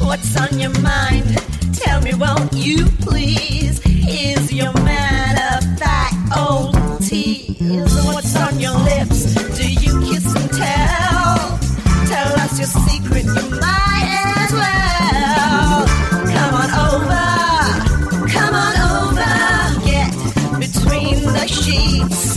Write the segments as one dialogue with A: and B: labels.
A: What's on your mind? Tell me, won't you please? Is your man a fat old tease? What's on your lips? Do you kiss and tell? Tell us your secret, you might as well. Come on over, come on over, get between the sheets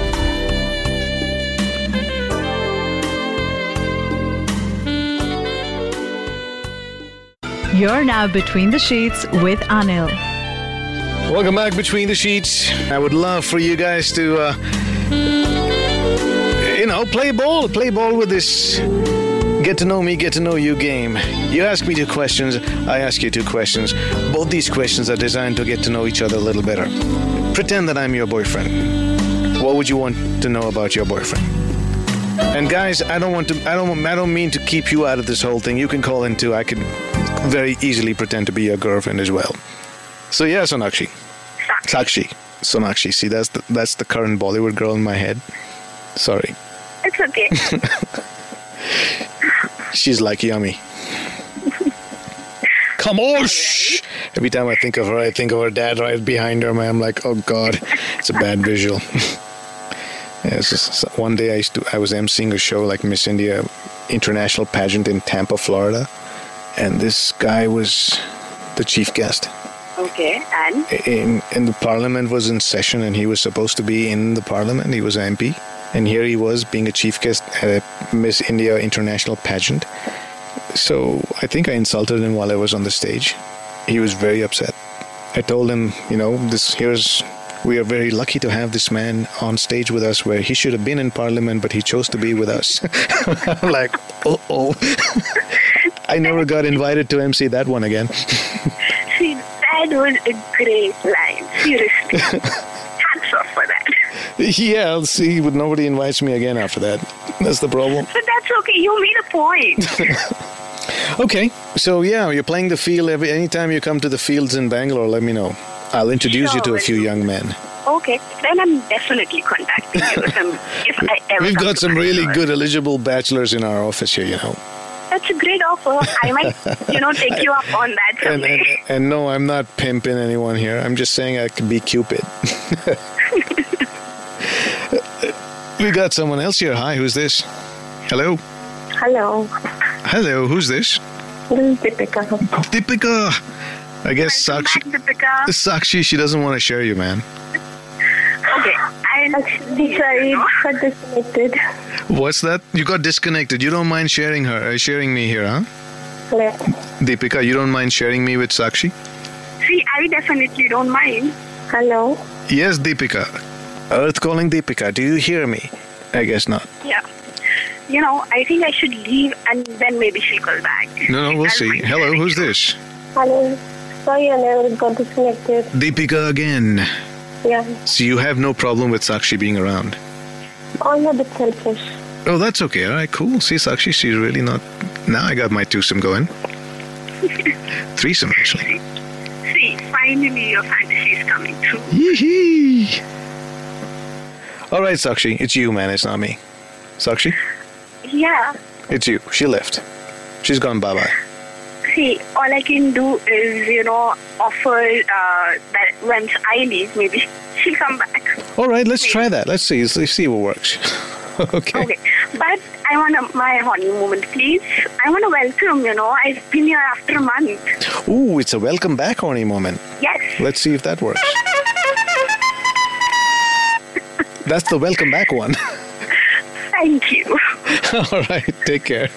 B: You're now between the sheets with Anil.
C: Welcome back, Between the Sheets. I would love for you guys to, uh, you know, play ball. Play ball with this get to know me, get to know you game. You ask me two questions, I ask you two questions. Both these questions are designed to get to know each other a little better. Pretend that I'm your boyfriend. What would you want to know about your boyfriend? And guys, I don't want to. I don't. I don't mean to keep you out of this whole thing. You can call in too. I could very easily pretend to be your girlfriend as well. So yeah, Sonakshi. Sakshi. Sonakshi. See, that's the, that's the current Bollywood girl in my head. Sorry.
D: It's okay.
C: She's like yummy. Come on! shh. Every time I think of her, I think of her dad right behind her. and I'm like, oh god, it's a bad visual. yeah, it's just- one day I used to, I was emceeing a show like Miss India International Pageant in Tampa, Florida, and this guy was the chief guest
D: okay, and
C: in, in the parliament was in session and he was supposed to be in the parliament. He was an MP. And here he was being a chief guest at a Miss India international pageant. So I think I insulted him while I was on the stage. He was very upset. I told him, you know, this here's we are very lucky to have this man on stage with us where he should have been in parliament but he chose to be with us. I'm like, uh-oh. I never got invited to MC that one again.
D: see, that was a great line. Seriously. Hats off for that.
C: Yeah, I'll see. But nobody invites me again after that. That's the problem.
D: But that's okay. You made a point.
C: Okay. So yeah, you're playing the field every anytime you come to the fields in Bangalore. Let me know. I'll introduce you to a
D: Sure.
C: few young men.
D: okay, then I'm definitely contacting you if, I'm, if I ever
C: We've
D: come
C: got
D: to
C: some really
D: Bangalore.
C: good eligible bachelors in our office here, you know.
D: That's a great offer. I might, you know, take you up on that
C: And,
D: someday.
C: and, and no, I'm not pimping anyone here. I'm just saying I could be Cupid. we got someone else here. Hi, who's this? Hello.
E: Hello,
C: Hello, who's this?
E: this is Deepika.
C: Deepika. I guess
D: Welcome
C: Sakshi.
D: back, Deepika.
C: Sakshi, she doesn't want to share you, man.
D: Okay, I
E: Actually, sorry, I got disconnected.
C: What's that? You got disconnected. You don't mind sharing her, uh, sharing me here, huh?
E: Hello.
C: Deepika, you don't mind sharing me with Sakshi?
D: see. I definitely don't mind.
E: Hello.
C: Yes, Deepika. Earth calling Deepika. Do you hear me? I guess not.
D: Yeah. You know, I think I should leave, and then maybe she'll call back.
C: No, no, we'll see. Hello, who's this?
E: Hello. Sorry, I never got disconnected.
C: Deepika again.
E: Yeah,
C: So you have no problem with Sakshi being around.
E: I'm a bit selfish.
C: Oh, that's okay. All right, cool. See, Sakshi, she's really not. Now I got my twosome going. Threesome, actually.
D: See, finally your fantasy is coming true.
C: Yee-hee. All right, Sakshi. It's you, man. It's not me. Sakshi?
D: Yeah.
C: It's you. She left. She's gone bye bye.
D: See, all I can do is, you know, offer uh, that once I leave, maybe she'll come back.
C: All right, let's try that. Let's see. Let's see what works. okay.
D: Okay. But I want a, my honey moment, please. I want to welcome, you know, I've been here after a month.
C: Ooh, it's a welcome back horny moment.
D: Yes.
C: Let's see if that works. That's the welcome back one.
D: Thank you.
C: All right, take care.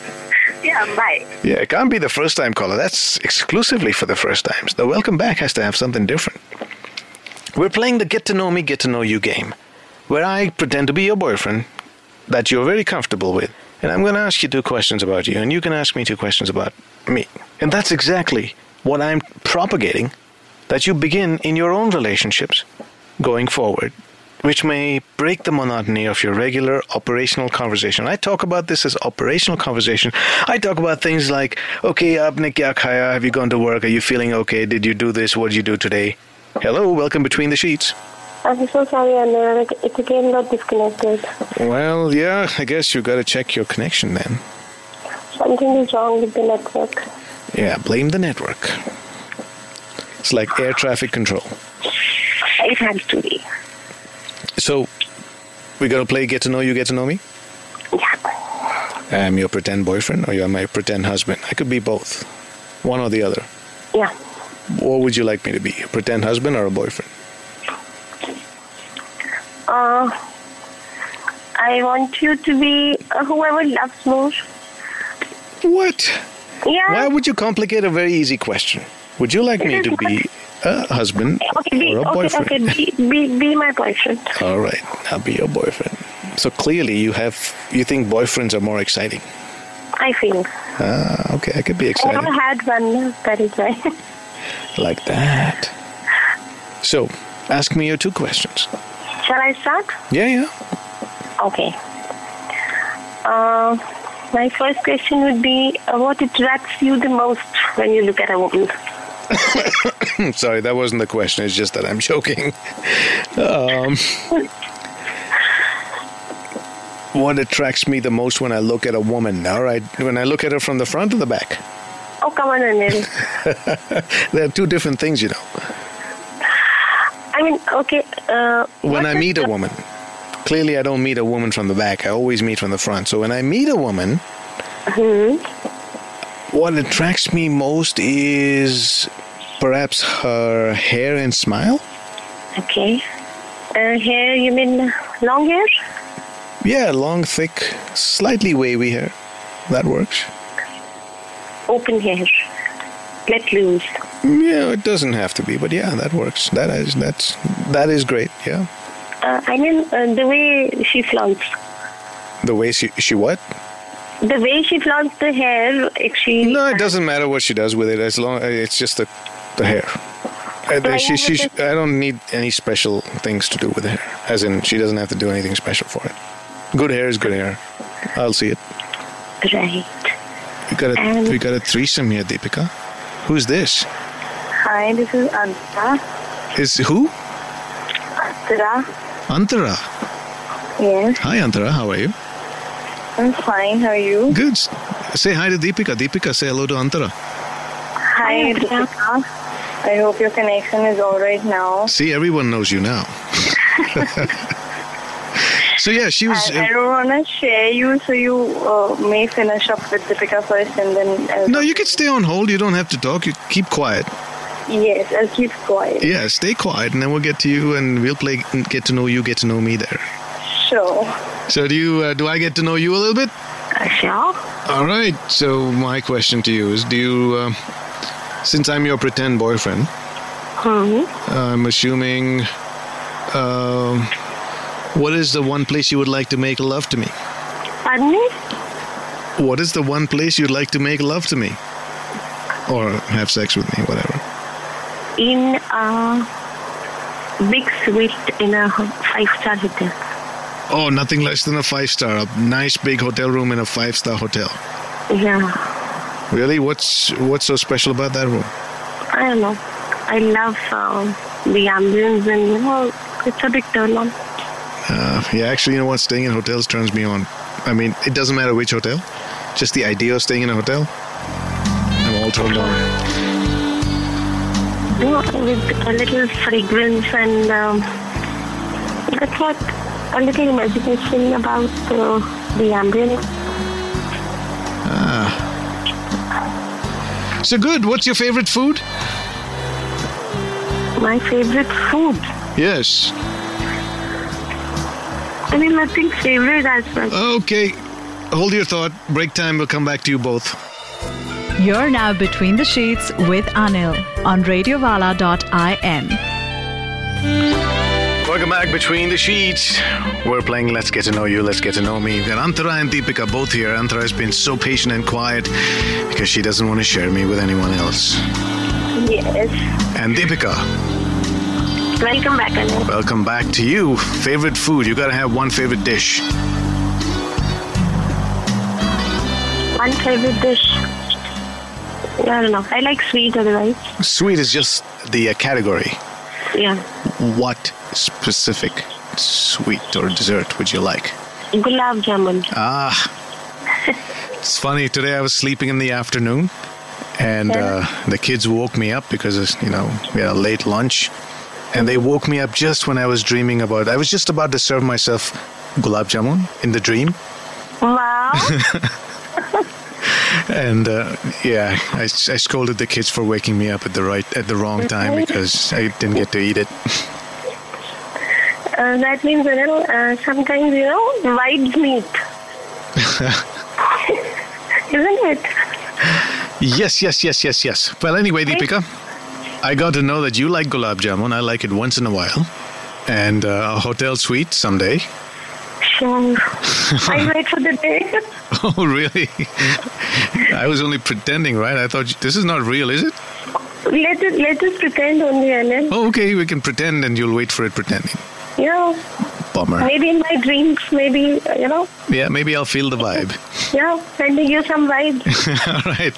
D: Yeah, bye.
C: Yeah, it can't be the first time caller. That's exclusively for the first times. The welcome back has to have something different. We're playing the get to know me, get to know you game, where I pretend to be your boyfriend that you're very comfortable with. And I'm going to ask you two questions about you, and you can ask me two questions about me. And that's exactly what I'm propagating that you begin in your own relationships going forward, which may break the monotony of your regular operational conversation. I talk about this as operational conversation. I talk about things like, okay, aapne kya khaya? Have you gone to work? Are you feeling okay? Did you do this? What did you do today? Hello, welcome between the sheets.
F: I'm so sorry, I never, it again got disconnected.
C: Well, yeah, I guess you got to check your connection then.
F: Something is wrong with the network.
C: Yeah, blame the network. It's like air traffic control.
E: It has to be.
C: So, we got to play Get to Know You, Get to Know Me?
E: Yeah.
C: I'm Um, your pretend boyfriend or you're my pretend husband. I could be both, one or the other.
E: Yeah.
C: What would you like me to be, a pretend husband or a boyfriend?
F: Uh, I want you to be uh, whoever loves more.
C: What?
F: Yeah.
C: Why would you complicate a very easy question? Would you like me to be a husband
F: okay, be,
C: or a
F: okay,
C: boyfriend?
F: okay, be, be, be my boyfriend.
C: All right, I'll be your boyfriend. So clearly, you have you think boyfriends are more exciting.
F: I think.
C: Ah, okay, I could be
F: I
C: excited.
F: never had one, that is why.
C: Like that. So, ask me your two questions.
F: Shall I start?
C: Yeah, yeah.
F: Okay. Uh, my first question would be uh, what attracts you the most when you look at a woman?
C: I'm sorry, that wasn't the question. It's just that I'm joking. Um, what attracts me the most when I look at a woman? All right, when I look at her from the front or the back?
F: Oh, come on, Anil.
C: There are two different things, you know.
F: I mean, okay. Uh,
C: when
F: what
C: I
F: is
C: meet a
F: the-
C: woman, clearly I don't meet a woman from the back. I always meet from the front. So when I meet a woman, what attracts me most is perhaps her hair and smile.
F: Okay. Uh, hair, you mean long hair?
C: Yeah, long, thick, slightly wavy hair. That works.
F: Open hair. Let loose.
C: Yeah, it doesn't have to be, but yeah, that works. That is that's that is great. Yeah,
F: Uh, I mean, uh, the way she flaunts.
C: the way she she what?
F: The way she flaunts the hair, if she.
C: No, it doesn't matter what she does with it as long it's just the the hair. I,
F: Well, I
C: she, she,
F: have
C: I don't need any special things to do with the hair. As in, she doesn't have to do anything special for it. Good hair is good hair. I'll see it.
F: Right.
C: We got a
F: Um,
C: we got a threesome here, Deepika. Who's this?
E: Hi, this is Anta.
C: Is who?
E: Antara.
C: Antara.
E: Yes,
C: Hi, Antara. How are you?
E: I'm fine. How are you?
C: Good. Say hi to Deepika. Deepika, say hello to Antara.
E: Hi, Deepika. I hope your connection is all right now.
C: See, everyone knows you now. so yeah, she was.
E: I, I don't want to share you, so you uh, may finish up with Deepika first and then. I'll-
C: no, you can stay on hold. You don't have to talk. You keep quiet.
E: Yes, I'll keep quiet.
C: Yeah, stay quiet, and then we'll get to you, and we'll play get to know you, get to know me there.
E: Sure.
C: So do you? Uh, do I get to know you a little bit?
F: Sure.
C: All right. So my question to you is: Do you? Um, since I'm your pretend boyfriend,
F: Hmm?
C: I'm assuming. Um, what is the one place you would like to make love to me?
F: Pardon me?
C: What is the one place you'd like to make love to me? Or have sex with me, whatever.
F: In a big suite in a five star hotel.
C: Oh, nothing less than a five star. A nice big hotel room in a five star hotel.
F: Yeah.
C: Really? What's what's so special about that room?
F: I don't know. I love uh, the ambience and you know it's a big turn on.
C: Uh, yeah, actually, you know what? Staying in hotels turns me on. I mean, it doesn't matter which hotel. Just the idea of staying in a hotel. I'm all turned on.
F: You know, with a little fragrance and um, that's what a little imagination about uh, the ambience.
C: So good. What's your favorite food?
F: My favorite food.
C: Yes.
F: I mean nothing favorite as well.
C: Okay. Hold your thought. Break time. We'll come back to you both.
B: You're now between the sheets with Anil on radiovala.in.
C: All Welcome back between the sheets. We're playing Let's Get to Know You, Let's Get to Know Me. We've got Antara and Deepika both here. Antara has been so patient and quiet because she doesn't want to share me with anyone else.
E: Yes.
C: And Deepika,
E: Welcome back, Anu.
C: welcome back to you. Favorite food? You gotta have one favorite dish.
E: One favorite dish. I don't know. I like sweet otherwise.
C: Sweet is just the uh, category.
E: Yeah.
C: What specific sweet or dessert would you like?
E: Gulab jamun.
C: Ah, it's funny. Today I was sleeping in the afternoon, and uh, the kids woke me up because you know we had a late lunch, and they woke me up just when I was dreaming about. I was just about to serve myself gulab jamun in the dream,
E: Wow.
C: and uh, yeah, I, s- I scolded the kids for waking me up at the right at the wrong time because I didn't get to eat it.
E: Uh, that means, you know, uh, sometimes, you know, white meat. Isn't it?
C: Yes, yes, yes, yes, yes. Well, anyway, Deepika, I got to know that you like gulab jamun. I like it once in a while, and uh, a hotel suite someday.
E: Sure. I wait for the day.
C: Oh, really? I was only pretending, right? I thought this is not real, is it?
E: let, it, let us pretend only, Anil.
C: Oh, okay, we can pretend and you'll wait for it pretending.
E: You know,
C: Bummer.
E: maybe in my dreams, maybe, uh, you know,
C: Yeah, maybe I'll feel the vibe.
E: yeah, sending you some vibes.
C: All right.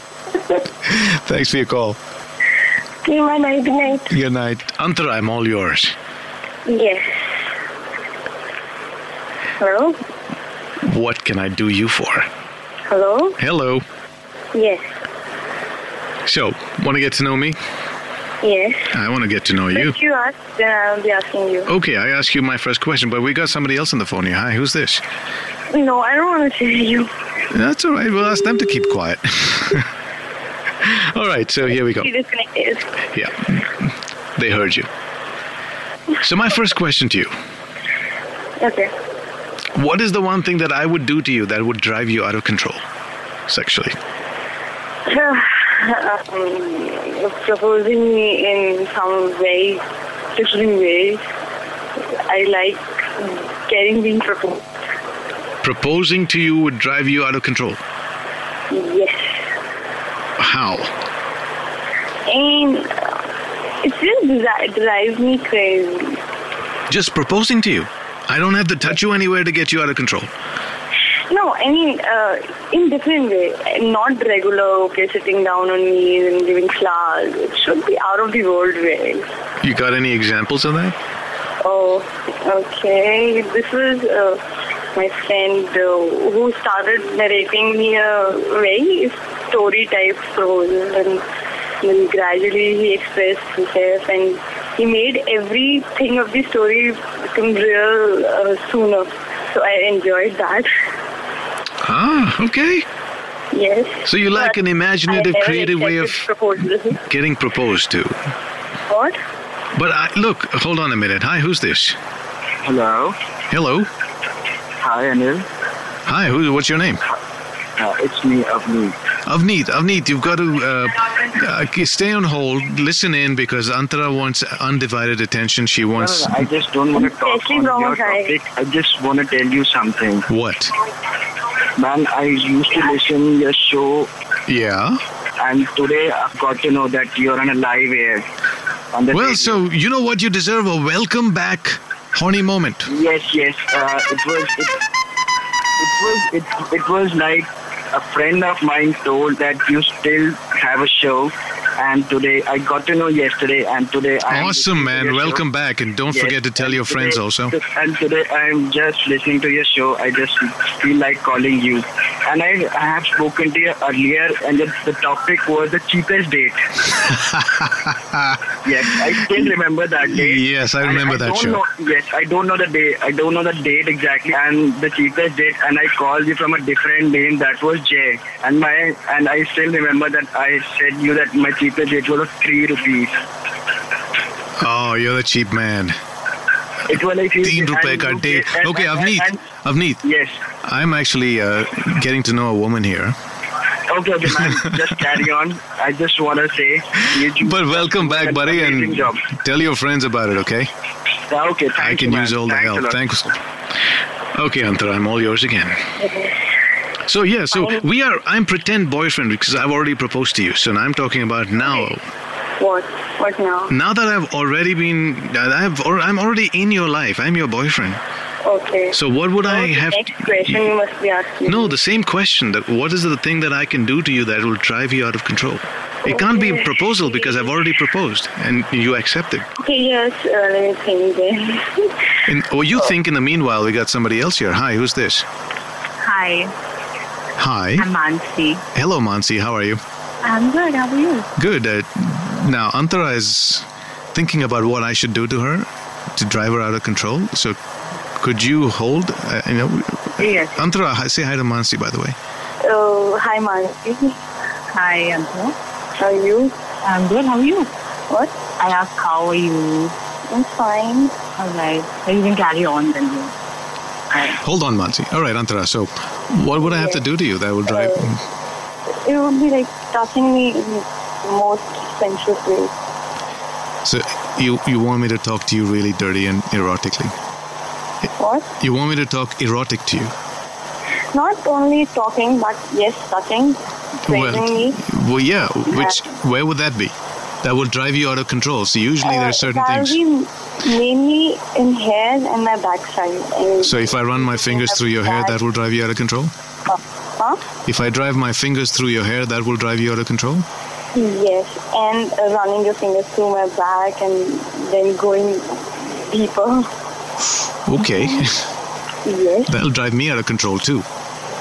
C: Thanks for your call.
E: See my night night.
C: Good night. Antara, I'm all yours.
E: Yes. Hello?
C: What can I do you for?
E: Hello?
C: Hello.
E: Yes.
C: So, want to get to know me?
E: Yes.
C: I want to get to know you.
E: If you ask, then I'll be asking you.
C: Okay, I asked you my first question, but we got somebody else on the phone here. Hi, who's this?
E: No, I don't want to say you.
C: That's all right. We'll ask them to keep quiet. all right, so here we go.
E: She disconnected.
C: Yeah, they heard you. So, my first question to you
E: Okay.
C: What is the one thing that I would do to you that would drive you out of control sexually?
D: um, proposing me in some way, different ways. I like getting being proposed.
C: Proposing to you would drive you out of control.
D: Yes.
C: How?
D: And uh, it just dri- drives me crazy.
C: Just proposing to you. I don't have to touch you anywhere to get you out of control.
D: No, I mean, uh, in different way. Not regular, okay, sitting down on knees and giving flowers. It should be out of the world way.
C: You got any examples of that?
D: Oh, okay. This was uh, my friend uh, who started narrating me a very story type proposal, and then gradually he expressed himself and he made everything of the story become real uh, sooner. So I enjoyed that.
C: Ah, okay.
D: Yes.
C: So you like an imaginative,
D: I never
C: creative way of
D: accepted proposal.
C: getting proposed to.
D: What?
C: But I, look, hold on a minute. Hi, who's this?
G: Hello.
C: Hello.
G: Hi, Anil.
C: Hi, who, what's your name?
G: Uh, it's me, Avni.
C: Avneet, Avneet, you've got to uh, uh, stay on hold, listen in, because Antara wants undivided attention. She
G: No,
C: wants
G: no, I just don't want to talk
D: Especially
G: on
D: from
G: your
D: a guy.
G: topic. I just want to tell you something.
C: what?
G: Man, I used to listen your show,
C: Yeah.
G: and today I've got to know that you're on a live air. On the
C: Well,
G: radio.
C: so you know what? You deserve a welcome back, horny moment.
G: Yes, yes. Uh, it was. It, it was. It, it was like a friend of mine told that you still have a show, and today I got to know yesterday, and today I. am listening
C: Awesome,
G: to
C: man.
G: your show.
C: Welcome back, and don't
G: Yes,
C: forget to tell
G: and
C: your friends
G: today-
C: also.
G: And today I'm just listening to your show. I just feel like calling you. And I, I have spoken to you earlier, and the, the topic was the cheapest date. yes, I still remember that day.
C: Yes, I
G: And
C: remember that
G: don't
C: show.
G: Know, yes, I don't know the day. I don't know the date exactly, and the cheapest date. And I called you from a different name. That was Jay. And my and I still remember that I said you that my cheapest date was three rupees.
C: Oh, you're the cheap man.
G: It was like
C: Teen rupee ka date. Okay, Avneet, Avneet,
G: Yes.
C: I'm actually uh, getting to know a woman here.
G: Okay, okay, man. just carry on. I just want to say you.
C: But welcome back, buddy,
G: Amazing
C: and
G: job.
C: tell your friends about it, okay?
G: Okay, thank
C: I can
G: you,
C: use
G: man.
C: all the
G: Thanks a
C: help.
G: lot.
C: Thanks. Okay, Antara, I'm all yours again. So yeah, so we are. I'm pretend boyfriend because I've already proposed to you. So now I'm talking about now.
E: What? What now?
C: Now that I've already been, that I've, or I'm already in your life. I'm your boyfriend.
E: Okay.
C: So what would I
E: the
C: have?
E: Next question you must be asking.
C: No, the same question. That what is the thing that I can do to you that will drive you out of control? It can't be a proposal because I've already proposed and you accepted.
E: Okay, yes, uh, let me think then.
C: And or you
D: Oh.
C: think in the meanwhile we got somebody else here. Hi, who's this?
D: Hi,
C: Hi.
D: I'm Mansi.
C: Hello, Mansi. How are you?
D: I'm good. How are you?
C: Good. Uh, now, Antara is thinking about what I should do to her to drive her out of control. So, could you hold? Uh, you know,
D: Yes.
C: Antara, hi- say hi to Mansi, by the way.
E: oh, hi, Mansi.
D: Hi, I'm good.
E: How are you?
D: I'm good. How are you?
E: What?
D: I asked how are you.
E: I'm fine.
D: All right. So you can carry on then. Right.
C: Hold on, Mansi. All right, Antara. So, what would I have to do to you that will drive?
E: It would be like touching me in the most sensuous way.
C: So, you you want me to talk to you really dirty and erotically?
E: What?
C: You want me to talk erotic to you?
E: Not only talking, but yes, touching. Squeezing me.
C: well, yeah. Which where would that be? That will drive you out of control. So usually there are certain
E: that
C: things.
E: be mainly in hair and my backside. And,
C: So if I run my fingers through your hair, that will drive you out of control.
E: Uh, huh?
C: If I drive my fingers through your hair, that will drive you out of control.
E: Yes, and uh, running your fingers through my back and then going deeper.
C: Okay,
E: Mm-hmm. Yes,
C: that'll drive me out of control too.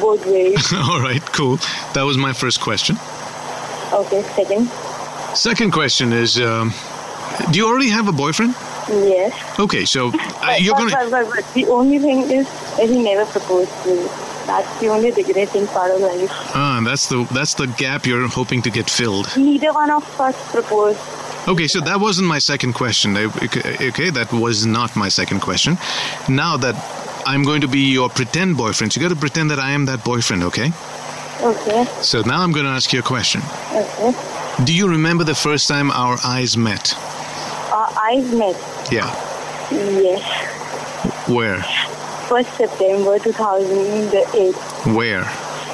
E: both ways.
C: All right, cool. That was my first question.
E: Okay, second.
C: Second question is, um, do you already have a boyfriend?
E: Yes.
C: Okay, so uh,
E: But,
C: you're
E: but,
C: gonna.
E: but, but, but the only thing is that he never proposed to me. That's the only regretting part of life.
C: Ah, that's the that's the gap you're hoping to get filled.
E: Neither one of us proposed.
C: Okay, so that wasn't my second question. I- Okay, okay, that was not my second question. Now that I'm going to be your pretend boyfriend, so you got to pretend that I am that boyfriend. Okay.
E: Okay,
C: So now I'm going to ask you a question.
E: okay.
C: Do you remember the first time our eyes met?
E: Our eyes Uh, met.
C: Yeah.
E: Yes.
C: Where?
E: 1st September 2008
C: Where?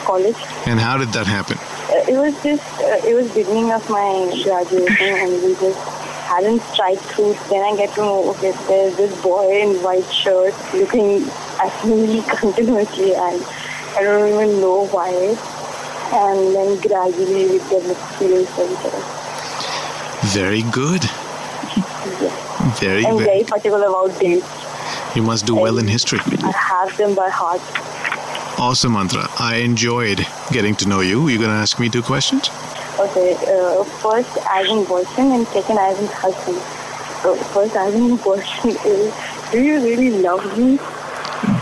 E: college.
C: And how did that happen?
E: Uh, it was just, uh, it was beginning of my graduation and we just hadn't strike through. Then I get to know, okay, there's this boy in white shirt looking at me continuously and I don't even know why. And then gradually we developed feelings for each other.
C: Very good. Very
E: I'm
C: good.
E: very particular about dates.
C: You must do well in history.
E: I have them by heart.
C: Awesome, Mantra. I enjoyed getting to know you. You're going to ask me two questions?
E: Okay, uh, first as in boyfriend and second as in husband. So first as in boyfriend is, do you really love me?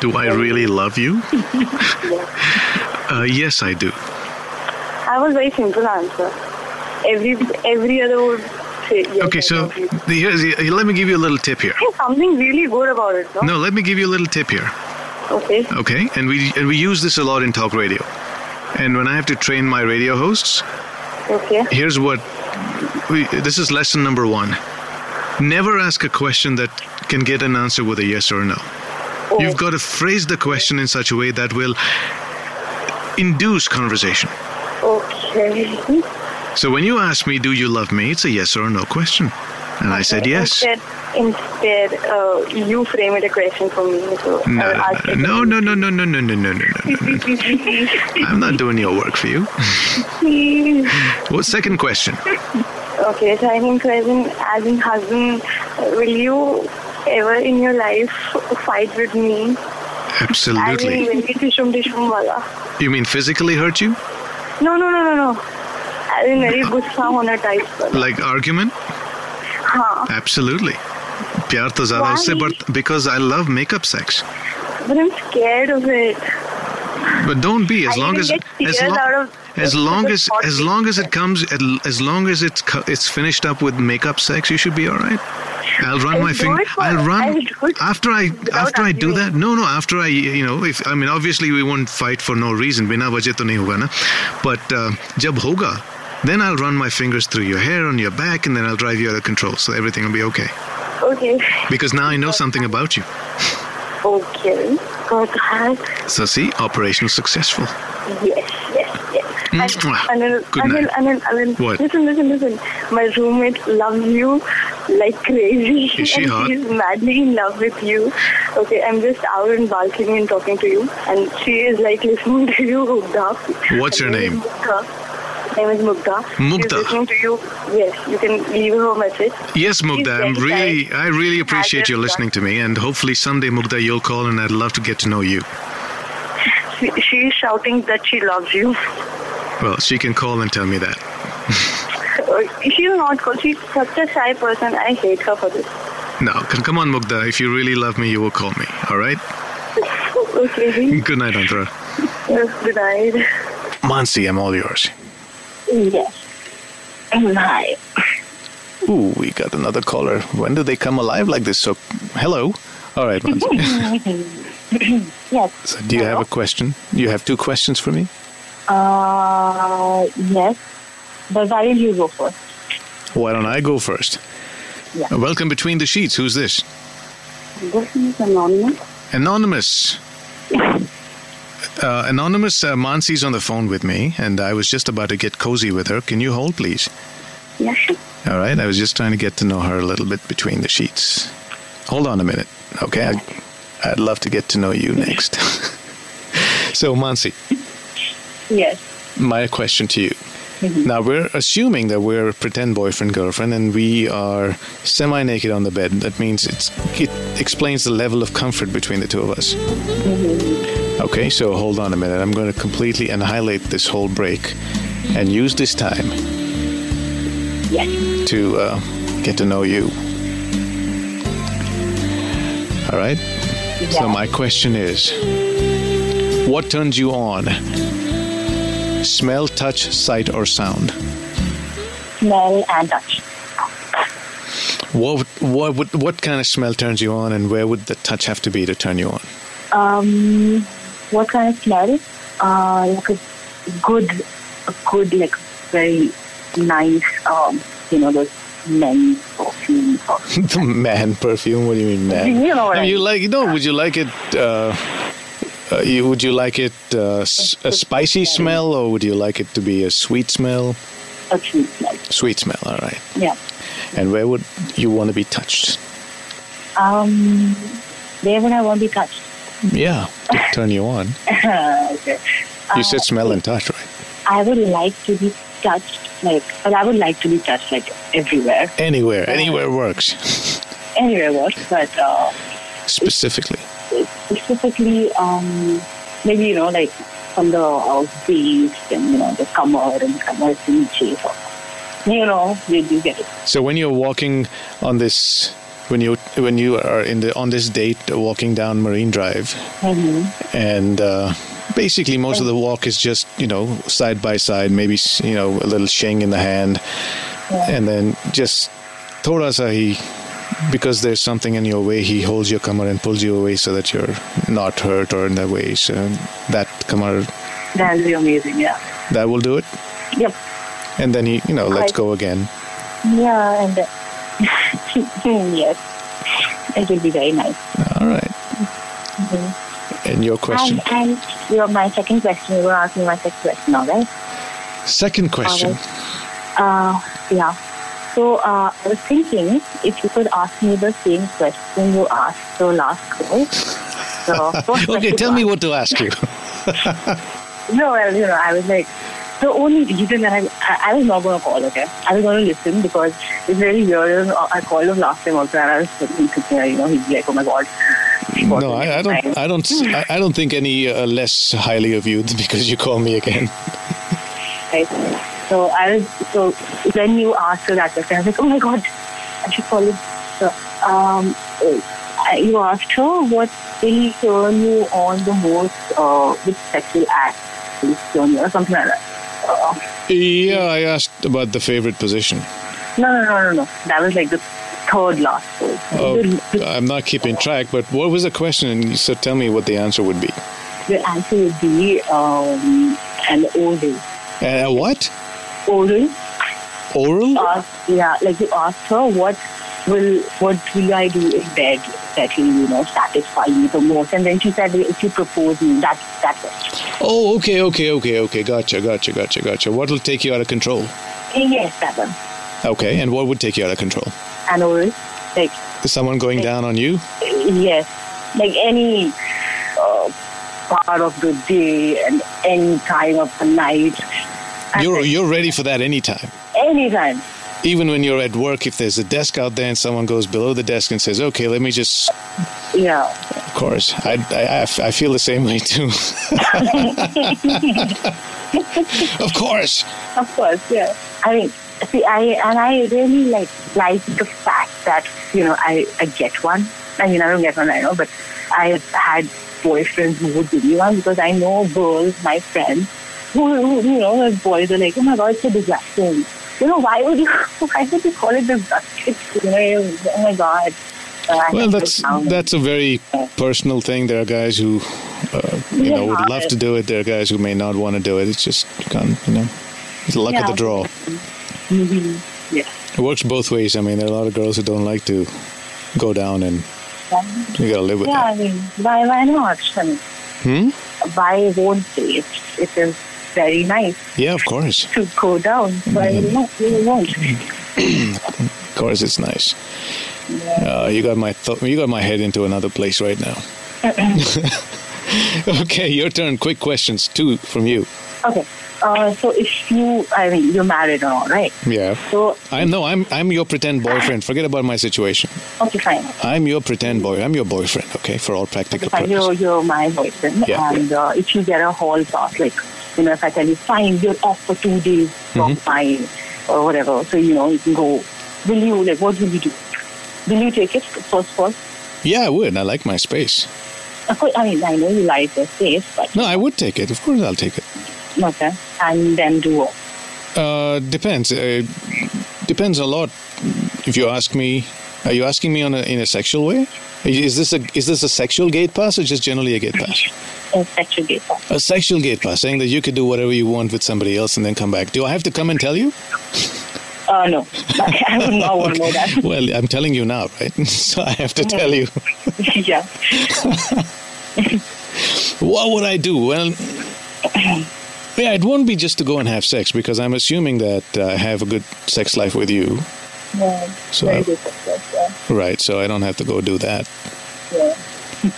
C: Do I really love you?
E: Yes.
C: Uh, yes, I do.
E: I was very simple answer. Every every other would say yes.
C: Okay,
E: I
C: so
E: love you.
C: here's, here- let me give you a little tip here.
E: There's something really good about it, no?
C: No, let me give you a little tip here.
E: Okay.
C: Okay, and we and we use this a lot in talk radio. And when I have to train my radio hosts,
E: Okay.
C: here's what we, this is lesson number one never ask a question that can get an answer with a yes or a no you've got to phrase the question in such a way that will induce conversation
E: Okay.
C: so when you ask me do you love me it's a yes or a no question and i said yes
E: Instead, instead uh, you frame it a question for me. So
C: no
E: I'll ask it.
C: no no no no no no no no no no no no i'm not doing your work for you what second question
E: Okay, so I think so as in, as in husband, uh, will you ever in your life fight with me? I mean,
C: absolutely
E: will you dishum dishum wala?
C: you mean physically hurt you
E: No, no, no, no, no. I mean, very gussa hona type. wala.
C: like argument
E: Huh.
C: Absolutely. प्यार तो ज्यादा उससे
E: Why?
C: but because I love makeup sex.
E: But I'm scared of it.
C: But don't be as
E: I
C: long
E: even
C: as
E: get
C: as
E: tears
C: long,
E: out of-
C: as long as
E: thought
C: as
E: of
C: long as it comes as long as it's co- it's finished up with makeup sex, you should be all right. I'll run
E: I'll
C: my
E: do
C: finger.
E: it for-
C: I'll
E: I'll
C: run
E: do it
C: after I after I do
E: arguing.
C: that. No, no. After I you know if I mean obviously we won't fight for no reason. बिना वजह तो नहीं होगा ना. But uh, जब होगा, then I'll run my fingers through your hair on your back, and then I'll drive you out of control. So everything will be okay.
E: Okay.
C: Because now I know something about you.
E: Okay. Got that.
C: So see, operation successful.
E: Yes, yes, yes. And,
C: Mwah.
E: Anil,
C: Good
E: Anil,
C: night.
E: Anil, Anil,
C: What?
E: listen, listen, listen. My roommate loves you like crazy.
C: Is she
E: and
C: hot?
E: She's madly in love with you. Okay, I'm just out in balcony and talking to you, and she is like listening to you, hooked up.
C: What's
E: Her
C: your
E: name?
C: name?
E: is Mukta. Her name is Mukta. She's
C: Mukta.
E: listening to you. Yes, you can leave her a message.
C: Yes,
E: She's
C: Mugda, I'm
E: very
C: really,
E: kind.
C: I really appreciate
E: Has
C: you
E: your
C: listening to me, and hopefully someday, Mugda, you'll call, and I'd love to get to know you.
E: She, she is shouting that she loves you.
C: Well, she can call and tell me that.
E: Uh, She'll not call. She's such a shy person. I hate her for this.
C: No, c- come on, Mugda. If you really love me, you will call me. All right.
E: Okay.
C: Good night, Andhra. Hmm.
E: Yes, Good night.
C: Mansi, I'm all yours.
D: Yes. Hi.
C: Ooh, we got another caller. When do they come alive like this? So, hello. All right, Mansi.
D: Yes.
C: so, do you have a question? You have two questions for me.
D: Uh, yes. But why did you go first?
C: Why don't I go first?
D: Yeah.
C: Welcome between the sheets. Who's this?
D: This is anonymous.
C: Anonymous. Uh, anonymous, uh, Mansi's on the phone with me, and I was just about to get cozy with her. Can you hold, please?
D: Yeah. sure.
C: All right. I was just trying to get to know her a little bit between the sheets. Hold on a minute. Okay. I, I'd love to get to know you next. so, Mansi,
D: Yes.
C: my question to you. Now, we're assuming that we're pretend boyfriend, girlfriend, and we are semi naked on the bed. That means it's, it explains the level of comfort between the two of us. Okay, so hold on a minute. I'm going to completely annihilate this whole break and use this time
D: Yes.
C: to uh, get to know you. All right? So,
D: Yeah.
C: my question is what turns you on? Smell, touch, sight, or sound?
D: Smell and touch.
C: What, what, what, what kind of smell turns you on, and where would the touch have to be to turn you on?
D: Um, what kind of smell? Uh, like a good, a good, like very nice. Um, you know those men's perfume. Or,
C: the man perfume? What do you mean, man?
D: You know what
C: I
D: I
C: mean, you like you know? Would you like it? Uh, uh, you, would you like it uh, s- a spicy smell, or would you like it to be a sweet smell?
D: a true smell.
C: Sweet smell, all right.
D: Yeah.
C: And where would you want to be touched?
D: Um, there when I won't be touched.
C: Yeah, to turn you on.
D: okay.
C: You said
D: Uh,
C: smell and touch, right?
D: I would like to be touched, like, but I would like to be touched, like, everywhere.
C: Anywhere, anywhere works.
D: Anywhere works, but uh,
C: Specifically,
D: specifically, um, maybe, you know, like, from the uh, waist and, you know, the comer and comer niche or, you know, you, you get it.
C: so when you're walking on this, when you when you are in the on this date, uh, walking down Marine Drive,
D: hmm
C: and uh, basically most of the walk is just you know side by side maybe s- you know a little shing in the hand and then just thoda sa he because there's something in your way he holds your kamar and pulls you away so that you're not hurt or in the way so that kamar
D: That'll be amazing, yeah.
C: that will do it
D: Yep.
C: and then he you know lets
D: Right.
C: go again
D: Yeah, and, uh, yes, it will be very nice.
C: all right. and your question
D: And, and your, my second question, you were asking my second question, all right?
C: second question
D: Uh, yeah. So uh, I was thinking if you could ask me the same question you asked the last call. So, first
C: okay
D: question
C: tell me
D: was-
C: what to ask you
D: No, well, you know, I was like, the only reason that I, I, I was not going to call, okay? I was going to listen because it's very weird. And I called him last time also, and I was thinking, you know, he'd be like, oh my god. she called
C: No,
D: me
C: I, I
D: every
C: don't.
D: time.
C: I don't. s- I, I don't think any uh, less highly of you because you call me again.
D: right? So I was so when you asked her that question, I was like, oh my god, I should call him. So um, I- you asked her what will turn you on the most uh, with sexual act, will turn you or something like that. Uh,
C: Yeah, I asked about the favorite position.
D: no, no, no, no, no. That was like the third last. one.
C: Oh,
D: The, the,
C: I'm not keeping track, but what was the question? And so tell me what the answer would be.
D: the answer would be um, an oral.
C: And uh, what?
D: Oral
C: Oral?
D: asked, yeah, like you asked her what will what will I do in bed that will you know satisfy me the most? And then she said, if you propose me, that that was.
C: Oh, okay, okay, okay, okay. Gotcha, gotcha, gotcha, gotcha. What'll take you out of control?
D: Yes, that one.
C: Okay, and what would take you out of control?
D: And oral, like
C: Someone going down on you?
D: yes, like any uh, part of the day and any time of the night. And
C: You're you're ready for that anytime.
D: anytime.
C: Even when you're at work, if there's a desk out there and someone goes below the desk and says, "Okay, let me just,"
D: Yeah.
C: of course, I I, I f- I feel the same way too. of course,
D: Of course, yeah. I mean, see, I and I really like like the fact that you know I I get one. I mean, I don't get one, I know, but I have had boyfriends who would give me one because I know girls, my friends, who, who you know, as boys are like, oh my god, it's a disgusting. You know, why would you why would you call it disgusting? You know, oh my god. Uh, I
C: well,
D: have
C: that's
D: found-
C: that's a very personal thing. There are guys who, uh, you know, would love to do it. There are guys who may not want to do it. It's just kind of, you know, it's luck of the
D: Yeah. Mm-hmm.
C: draw.
D: yeah.
C: It works both ways. I mean, there are a lot of girls who don't like to go down, and you gotta live with
D: Yeah, I
C: that.
D: mean, why why not? I mean,
C: Hmm?
D: why won't they? It's, it is very nice.
C: Yeah, of course.
D: to go down, but it won't. It won't.
C: Of course, it's nice. Uh, you got my th- you got my head into another place right now. okay, your turn. Quick questions, two from you.
D: Okay. Uh, so if you, I mean, you're married and all, right?
C: Yeah.
D: So
C: I no, I'm I'm your pretend boyfriend. Forget about my situation.
D: okay, fine.
C: I'm your pretend boy. I'm your boyfriend. Okay, for all practical
D: Okay, fine. You're,
C: purposes.
D: you're my boyfriend,
C: Yeah.
D: and uh, if you get a hall pass, like you know, if I tell you, fine, you're off for two days from
C: Mm-hmm.
D: mine or whatever, so you know, you can go. Will you like? What will you do? Will you take it first of all?
C: Yeah, I would. I like my space.
D: Of course, I mean, I know you like the space, but
C: No, I would take it. Of course, I'll take it.
D: okay. And then do what?
C: Uh, depends. Uh, depends a lot. If you ask me, are you asking me on a, in a sexual way? Is this a is this a sexual gate pass or just generally a gate pass?
D: a sexual gay pass.
C: A sexual gate pass, saying that you could do whatever you want with somebody else and then come back. Do I have to come and tell you?
D: Uh, no, I would not want to know that.
C: Well, I'm telling you now, right? so I have to tell you.
D: yeah.
C: What would I do? Well, yeah, it won't be just to go and have sex because I'm assuming that uh, I have a good sex life with you,
D: Yeah,
C: So-
D: very good success. Yeah,
C: right? So I don't have to go do that.
D: yeah.